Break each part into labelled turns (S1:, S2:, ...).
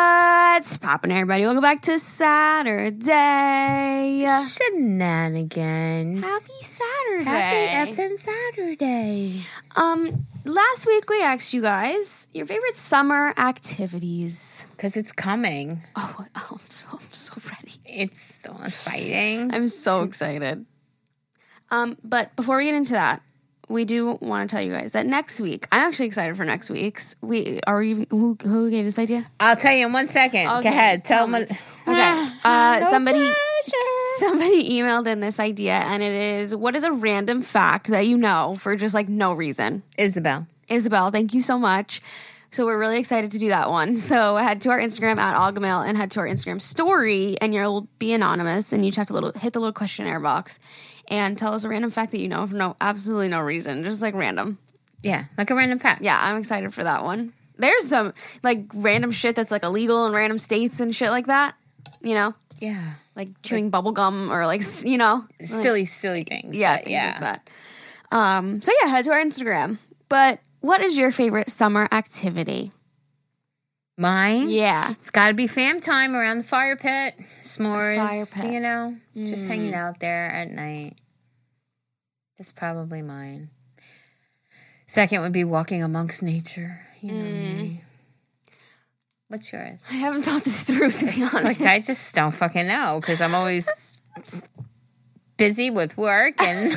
S1: What's poppin', everybody? Welcome back to Saturday.
S2: Shenanigans.
S1: Happy Saturday.
S2: Happy FM Saturday.
S1: um, last week we asked you guys your favorite summer activities.
S2: Because it's coming.
S1: Oh, I'm so, I'm so ready.
S2: It's so exciting.
S1: I'm so excited. Um, but before we get into that, we do want to tell you guys that next week, I'm actually excited for next week's. We are even who who gave this idea?
S2: I'll tell you in one second. Go ahead. Tell Ah. them. Okay.
S1: Uh, somebody
S2: pressure.
S1: somebody emailed in this idea, and it is what is a random fact that you know for just like no reason.
S2: Isabel.
S1: Isabel, thank you so much. So we're really excited to do that one. So head to our Instagram at Algamail and head to our Instagram story, and you'll be anonymous, and you just have to little hit the little questionnaire box, and tell us a random fact that you know for no absolutely no reason, just like random.
S2: Yeah. Like a random fact.
S1: Yeah, I'm excited for that one. There's some like random shit that's like illegal in random states and shit like that. You know,
S2: Yeah.
S1: like chewing bubble gum or like s- you know
S2: Silly, silly things.
S1: yeah,
S2: but
S1: things like that. Um, so yeah, head to our Instagram. But what is your favorite summer activity?
S2: Mine?
S1: Yeah,
S2: It's got to be fam time around the fire pit, s'mores,
S1: Fire pit. Mm.
S2: you know, just hanging out there at night. That's probably mine. Second would be walking amongst nature, you know
S1: Mm.
S2: me. What's yours?
S1: I haven't thought this through to be honest.
S2: Like I just don't fucking know because I'm always busy with work and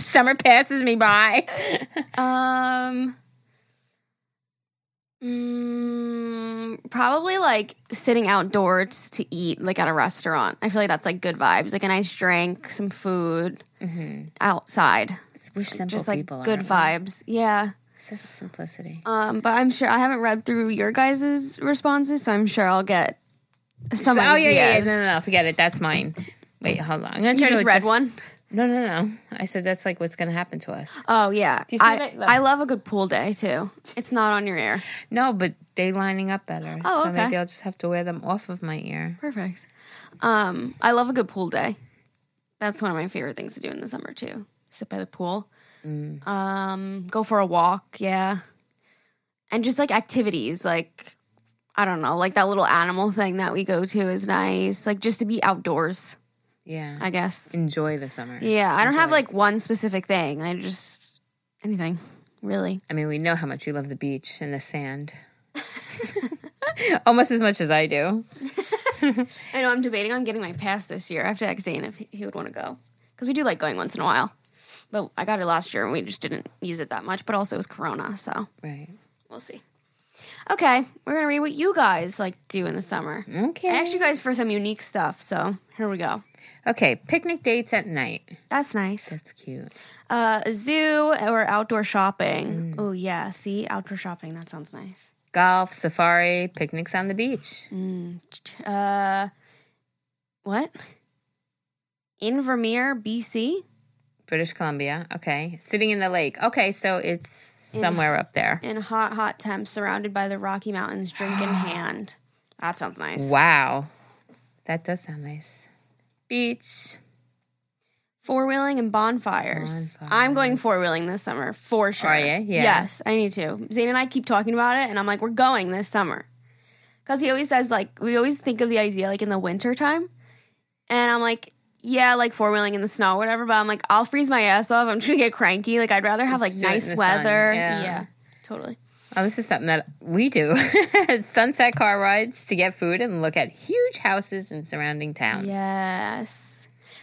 S2: summer passes me by.
S1: um, mm, probably like sitting outdoors to eat, like at a restaurant. I feel like that's like good vibes, like a nice drink, some food outside,
S2: We're simple
S1: just like
S2: people.
S1: good
S2: aren't
S1: vibes. Yeah.
S2: we? It's just simplicity.
S1: Um, but I'm sure I haven't read through your guys' responses, so I'm sure I'll get some
S2: oh yeah,
S1: ideas.
S2: yeah, yeah. No, no, no, forget it. That's mine. Wait, hold on. I'm gonna
S1: You
S2: try to
S1: just read
S2: adjust-
S1: one.
S2: No, no, no. I said that's like what's going to happen to us.
S1: Oh yeah,
S2: you see
S1: I,
S2: what I love?
S1: I love a good pool day too. It's not on your ear.
S2: No, but they lining up better.
S1: Oh,
S2: So
S1: okay.
S2: maybe I'll just have to wear them off of my ear.
S1: Perfect. Um, I love a good pool day. That's one of my favorite things to do in the summer too. Sit by the pool,
S2: Mm.
S1: um, go for a walk, yeah, and just like activities, like I don't know, like that little animal thing that we go to is nice. Like just to be outdoors,
S2: Yeah.
S1: I guess.
S2: Enjoy the summer.
S1: Yeah, I don't have like one specific thing. I just anything really.
S2: I mean, we know how much you love the beach and the sand. Almost as much as I do.
S1: I know I'm debating on getting my pass this year. I have to ask Zane if he- he would want to go because we do like going once in a while. But I got it last year and we just didn't use it that much. But also it was Corona, so
S2: Right.
S1: we'll see. Okay, we're gonna read what you guys like do in the summer.
S2: Okay.
S1: I asked you guys for some unique stuff, so here we go.
S2: okay. Picnic dates at night.
S1: That's nice.
S2: That's cute.
S1: Uh, zoo or outdoor shopping. Oh yeah, see outdoor shopping. That sounds nice.
S2: Golf, safari, picnics on the beach.
S1: Mm. Uh, what? Invermere, BC.
S2: British Columbia. Okay. Sitting in the lake. Okay. So it's somewhere up there.
S1: in hot, hot temps, surrounded by the Rocky Mountains, drink in hand. That sounds nice.
S2: Wow. That does sound nice. Beach.
S1: Four wheeling and bonfires. I'm going four wheeling this summer for sure.
S2: Are ya? Yeah.
S1: Yes, I need to. Zane and I keep talking about it, and I'm like, we're going this summer. Because he always says, like, we always think of the idea, like, in the winter time. And I'm like, yeah, like four wheeling in the snow, whatever. But I'm like, I'll freeze my ass off. I'm trying to get cranky. Like, I'd rather have, like,
S2: Let's do it in
S1: nice
S2: the sun.
S1: weather.
S2: Yeah.
S1: yeah, totally.
S2: Oh, this is something that we do. Sunset car rides to get food and look at huge houses and surrounding towns.
S1: Yes.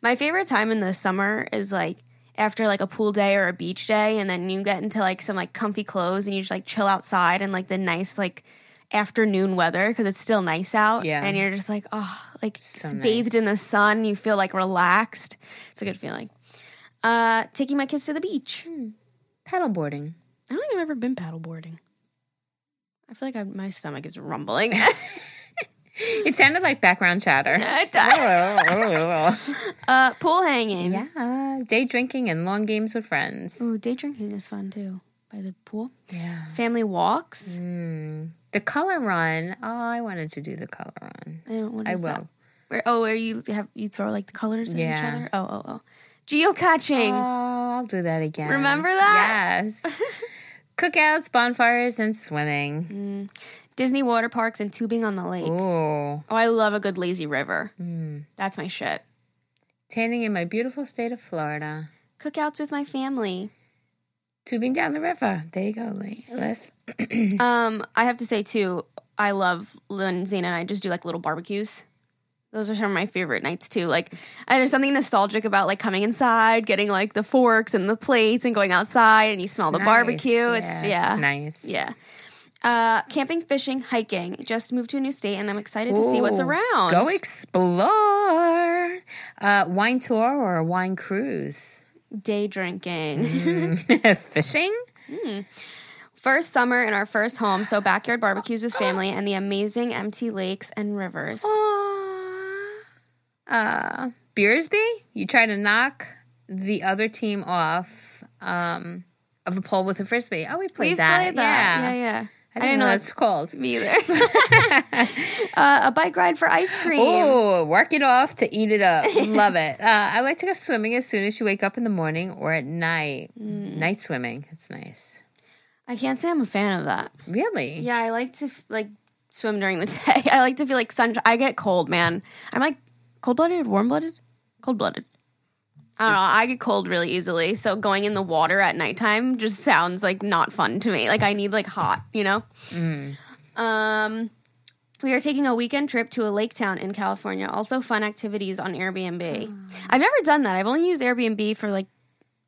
S1: My favorite time in the summer is like after like a pool day or a beach day and then you get into like some like comfy clothes and you just like chill outside and like the nice like afternoon weather because it's still nice out
S2: Yeah.
S1: and you're just like oh like s-
S2: nice.
S1: bathed in the sun you feel like relaxed it's a good feeling uh taking my kids to the beach
S2: Hmm. Paddleboarding.
S1: i don't think i've ever been paddleboarding i feel like I, my stomach is rumbling
S2: It sounded like background chatter. yeah.
S1: uh pool hanging
S2: Day drinking and long games with friends.
S1: Ooh, day drinking is fun too by the pool
S2: Yeah.
S1: family walks.
S2: Mm, The color run. Oh, I wanted to do the color run.
S1: I don't- Eh, what
S2: I
S1: is that?
S2: will.
S1: Where, oh, where you have you throw like the colors at
S2: Yeah.
S1: each other? Oh, oh, oh. Geocaching.
S2: Oh, I'll do that again.
S1: Remember that?
S2: Yes. Cookouts, bonfires, and swimming.
S1: Disney water parks and tubing on the lake.
S2: Ooh.
S1: Oh, I love a good lazy river.
S2: Hmm.
S1: That's my shit.
S2: Tanning in my beautiful state of Florida.
S1: Cookouts with my family.
S2: Tubing down the river. There you go, Lee. Let's
S1: Um, I have to say too, I love Lynn, Zane, and I just do like little barbecues. Those are some of my favorite nights too. Like, I, there's something nostalgic about like coming inside, getting like the forks and the plates, and going outside, and you smell the
S2: Nice.
S1: barbecue. It's yeah,
S2: It's nice.
S1: yeah. Uh, camping, fishing, hiking. Just moved to a new state, and I'm excited to see what's
S2: Ooh.
S1: around.
S2: Go explore. Uh, wine tour or a wine cruise? Hmm.
S1: Day drinking.
S2: Mm-hmm. Fishing?
S1: First summer in our first home, so backyard barbecues with family and the amazing empty lakes and rivers.
S2: Oh, Uh, Beersby? You try to knock the other team off um, of a pole with a frisbee. Oh, we played
S1: We've
S2: that.
S1: played that. Yeah, yeah.
S2: I didn't know that's called.
S1: me either. uh, a bike ride for ice cream.
S2: Oh, work it off to eat it up. Love it. Uh, I like to go swimming as soon as you wake up in the morning or at night.
S1: Mm.
S2: Night swimming. It's nice.
S1: I can't say I'm a fan of that.
S2: Really?
S1: Yeah, I like to f- like swim during the day. I like to feel like sun. I get cold, man. I'm like cold blooded, warm blooded, cold blooded. I don't know. I get cold really easily, so going in the water at nighttime just sounds like not fun to me. Like I need like hot, you know.
S2: Mm.
S1: Um. We are taking a weekend trip to a lake town in California. Also, fun activities on Airbnb.
S2: Hmm.
S1: I've never done that. I've only used Airbnb for like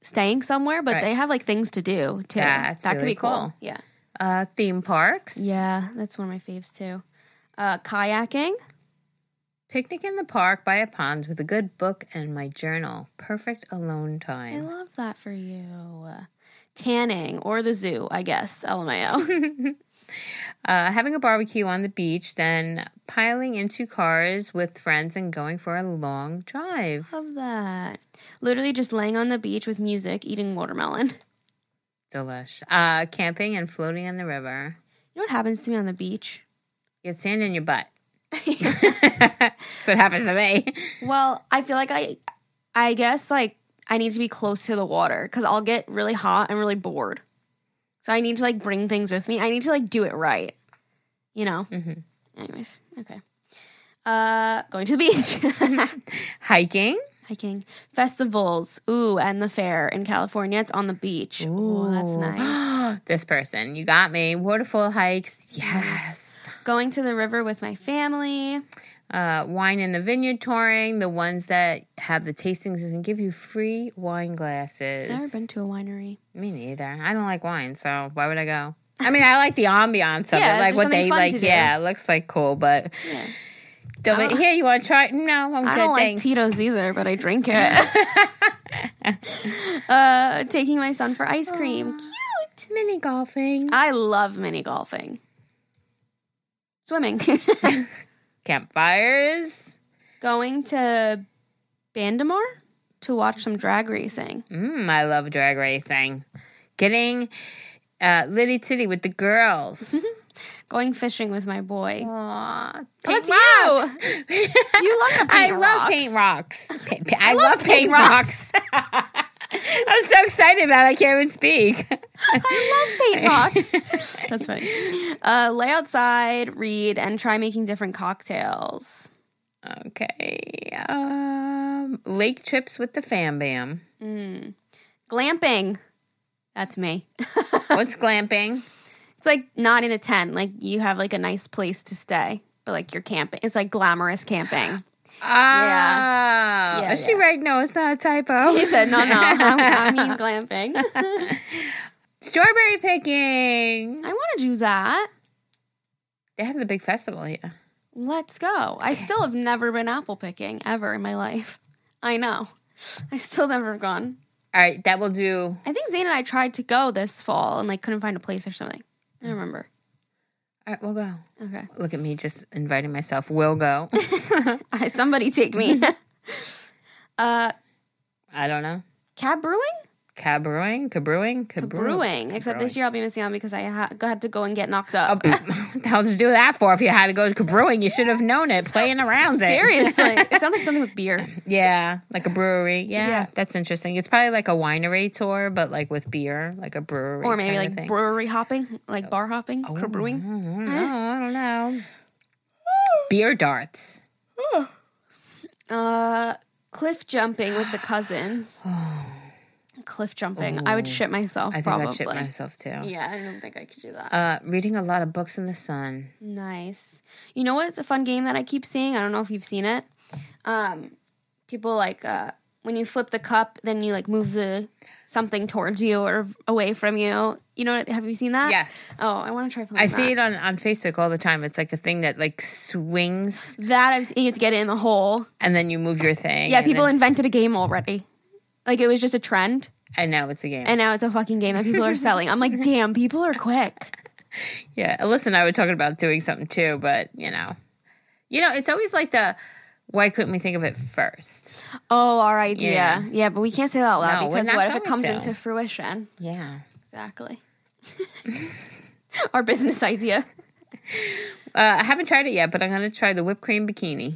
S1: staying somewhere, but
S2: Right.
S1: they have like things to do too.
S2: That's
S1: that could
S2: really
S1: be cool.
S2: cool.
S1: Yeah.
S2: Uh, theme parks.
S1: Yeah, that's one of my faves too. Uh, kayaking.
S2: Picnic in the park by a pond with a good book and my journal. Perfect alone
S1: I
S2: time.
S1: love that for you. Tanning or the zoo, I guess. LMAO.
S2: Uh, having a barbecue on the beach, then piling into cars with friends and going for a long drive.
S1: love that. Literally just laying on the beach with music, eating watermelon.
S2: Delish. Uh, camping and floating on the river.
S1: You know what happens to me on the beach?
S2: Get sand in your butt. That's what happens to me.
S1: Well, I feel like I, I guess like I need to be close to the water because I'll get really hot and really bored. So I need to like bring things with me. I need to like do it right. You know. Mm-hmm. Anyways, okay. Uh, going to the beach.
S2: Hiking.
S1: Hiking festivals, ooh, and the fair in California. It's on the beach. Ooh, that's nice.
S2: this person, you got me. Waterfall hikes. Yes.
S1: Going to the river with my family.
S2: Uh, wine in the vineyard touring. The ones that have the tastings and give you free wine glasses.
S1: Never been to a winery.
S2: Me neither. I don't like wine, so why would I go? I mean, I like the ambiance of
S1: Yeah,
S2: it,
S1: it's
S2: like
S1: just
S2: what
S1: something
S2: they
S1: fun
S2: like.
S1: to do.
S2: Yeah, it looks like cool, but
S1: Yeah.
S2: they'll be, here you want to try? No, I'm
S1: I
S2: good.
S1: don't like
S2: thanks.
S1: Tito's either, but I drink it. uh, taking my son for ice cream. Cute.
S2: mini golfing,
S1: I love mini golfing. Swimming.
S2: campfires.
S1: Going to Bandamore to watch some drag racing.
S2: Mm, I love drag racing. Getting uh, litty titty with the girls.
S1: Going fishing with my boy.
S2: Aww,
S1: that's
S2: rocks.
S1: You love the
S2: I
S1: paint
S2: love
S1: rocks.
S2: paint rocks. Pa- pa- I, love, paint rocks. I'm so excited about. it, I can't even speak.
S1: I love paint rocks. That's funny. Uh, lay outside, read, and try making different cocktails.
S2: Okay. Um, lake trips with the fam bam.
S1: Glamping. That's me.
S2: What's glamping?
S1: It's like not in a tent. Like you have like a nice place to stay, but like you're camping. It's like glamorous camping. Yeah.
S2: Ah,
S1: Yeah,
S2: is she
S1: yeah.
S2: right? No, it's not a typo.
S1: He said, "No, no, I mean glamping. I
S2: Strawberry picking.
S1: want to do that.
S2: They have the big festival here.
S1: Let's go." I still have never been apple picking ever in my life. I know. I still never have gone.
S2: All right, that will do.
S1: I think Zane and I tried to go this fall and like couldn't find a place or something. I don't remember.
S2: All right, we'll go.
S1: Okay.
S2: Look at me just inviting myself. We'll go.
S1: Somebody take me. uh,
S2: I don't know.
S1: cab brewing?
S2: Cabrewing? Cabrewing?
S1: brewing. Except this year I'll be missing out because I ha- had to go and get knocked up.
S2: What the hell did you do that for? If you had to go to brewing, you should have known it. Playing around it.
S1: Seriously, it sounds like something with beer.
S2: Yeah, like a brewery. Yeah,
S1: Yeah.
S2: that's interesting. It's probably like a winery tour, but like with beer, like a brewery.
S1: Or maybe
S2: kinda
S1: like
S2: thing.
S1: brewery hopping, like bar hopping, oh, brewing.
S2: I don't know. I don't know. beer darts.
S1: Uh, cliff jumping with the cousins. cliff jumping. I would shit myself.
S2: I think
S1: probably.
S2: I'd shit myself too.
S1: Yeah, I don't think I could do that.
S2: Uh, reading a lot of books in the sun.
S1: Nice. You know what's a fun game that I keep seeing? I don't know if you've seen it. Um, people like uh, when you flip the cup, then you like move the something towards you or away from you. You know, what- have you seen that?
S2: Yes.
S1: Oh, I want to try playing.
S2: I see it on, on Facebook all the time. It's like a thing that like swings
S1: That I've seen. You have to get it in the hole.
S2: and then you move your thing.
S1: Yeah,
S2: and
S1: people
S2: then-
S1: invented a game already. Like it was just a trend,
S2: and now it's a game.
S1: and now it's a fucking game that people are selling. I'm like, damn, people are quick.
S2: Yeah, Alyssa and I were talking about doing something too, but you know, you know, it's always like the why couldn't we think of it first?
S1: Oh, our idea.
S2: Yeah.
S1: Yeah, but we can't say that out loud
S2: No, we're
S1: because
S2: not
S1: what if it
S2: going
S1: comes
S2: to.
S1: into fruition?
S2: Yeah.
S1: Exactly. Our business idea.
S2: Uh, I haven't tried it yet, but I'm gonna try the whipped cream bikini.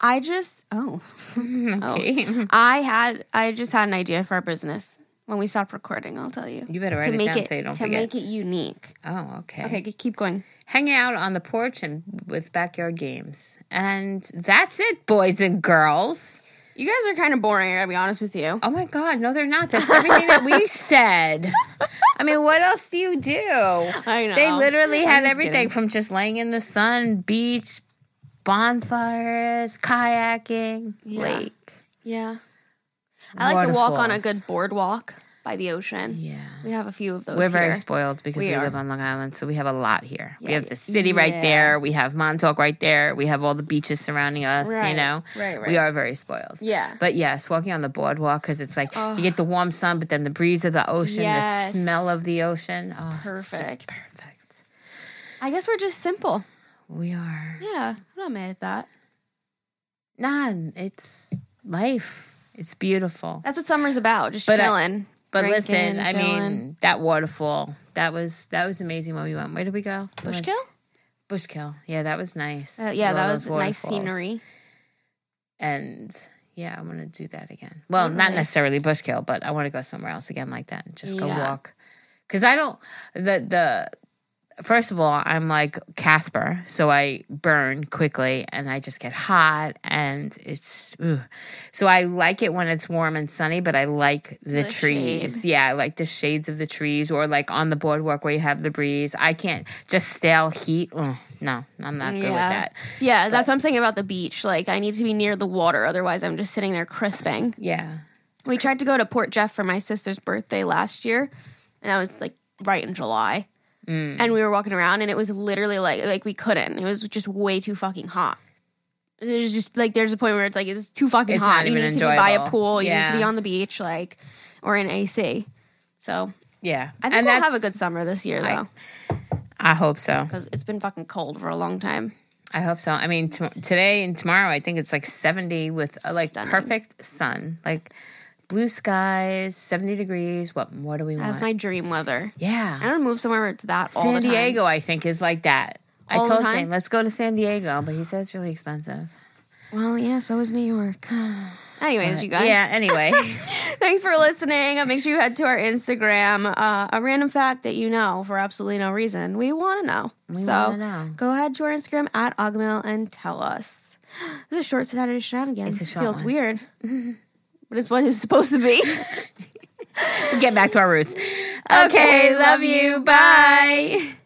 S1: I just oh,
S2: Okay.
S1: oh. I had I just had an idea for our business when we stopped recording. I'll tell you.
S2: You better write
S1: to
S2: it
S1: make
S2: down
S1: it
S2: so you don't
S1: to
S2: forget.
S1: make it unique.
S2: Oh, okay.
S1: Okay, g- keep going.
S2: Hanging out on the porch and with backyard games, and that's it, boys and girls.
S1: You guys are kind of boring. I gotta be honest with you.
S2: Oh my God, no, they're not. That's everything that we said. I mean, what else do you do?
S1: I know.
S2: They literally had
S1: just
S2: everything
S1: kidding.
S2: from just laying in the sun, beach, bonfires, kayaking,
S1: Yeah.
S2: lake.
S1: Yeah. I like to walk on a
S2: Waterfalls.
S1: good boardwalk by the ocean.
S2: Yeah.
S1: We have a few of those
S2: We're very
S1: here.
S2: spoiled because we,
S1: We are.
S2: live on Long Island, so we have a lot here. we
S1: Yeah,
S2: have the city right
S1: yeah.
S2: there. We have Montauk right there. We have all the beaches surrounding us, you
S1: Right,
S2: know?
S1: right, right.
S2: We are very spoiled.
S1: Yeah.
S2: But yes, walking on the boardwalk because it's like you get the warm sun, but then the breeze of the ocean,
S1: Yes.
S2: the smell of the ocean. It's oh, it's just
S1: perfect.
S2: perfect.
S1: I guess we're just simple.
S2: We are.
S1: Yeah, I'm not mad at that.
S2: Nah, it's life. It's beautiful.
S1: That's what summer's about. Just
S2: But I-
S1: chilling.
S2: But
S1: drinking,
S2: listen, I
S1: chilling.
S2: mean that waterfall. That was that was amazing when we went. Where did we go? We went-
S1: Bushkill?
S2: Bushkill. Yeah, that was nice.
S1: Uh, yeah,
S2: All
S1: that was
S2: those
S1: nice
S2: waterfalls.
S1: scenery.
S2: And yeah, I want to do that again. Well, not
S1: Totally.
S2: necessarily Bushkill, but I want to go somewhere else again like that and just go
S1: Yeah.
S2: walk. Because I don't the the first of all, I'm like Casper, so I burn quickly and I just get hot and it's ooh. so I like it when it's warm and sunny, but I like the,
S1: The
S2: trees. Yeah, I like the shades of the trees or like on the boardwalk where you have the breeze. I can't just stale heat. Ugh, no, I'm not good with
S1: Yeah.
S2: that.
S1: Yeah, that's what I'm saying about the beach. Like, I need to be near the water, otherwise, I'm just sitting there crisping.
S2: Yeah.
S1: We tried to go to Port Jeff for my sister's birthday last year, and I was like right in July.
S2: Mm.
S1: And we were walking around, and it was literally like like we couldn't. It was just way too fucking hot. It was just like there's a point where it's like it's too fucking
S2: It's
S1: hot.
S2: not
S1: You
S2: even
S1: need to be by a
S2: enjoyable.
S1: pool. You need
S2: Yeah.
S1: to be on the beach, like or in AC. So
S2: Yeah.
S1: I think we'll have a good summer this year though,
S2: I hope so.
S1: because it's been fucking cold for a long time.
S2: I hope so. I mean, t- today and tomorrow, I think it's like 70 with uh, like
S1: Stunning.
S2: perfect sun, like blue skies, 70 degrees. What more do we want?
S1: That's my dream weather. I
S2: yeah.
S1: want to move somewhere where it's that all
S2: San
S1: the time.
S2: Diego, I think, is like that.
S1: All
S2: I
S1: the
S2: told
S1: time?
S2: him, let's go to San Diego, but he said it's really expensive.
S1: Well, yeah, so is New York. Anyways, you guys,
S2: Yeah, anyway.
S1: thanks for listening. Uh, Make sure you head to our Instagram, uh, a random fact that you know for absolutely no reason. We want to know. so
S2: wanna know.
S1: go ahead to our Instagram at Ogmail and tell us. This is a short Saturday shenanigans.
S2: It's a short
S1: Feels
S2: one.
S1: weird. but it's what it's supposed to be.
S2: Get back to our roots.
S1: okay, love you. Bye.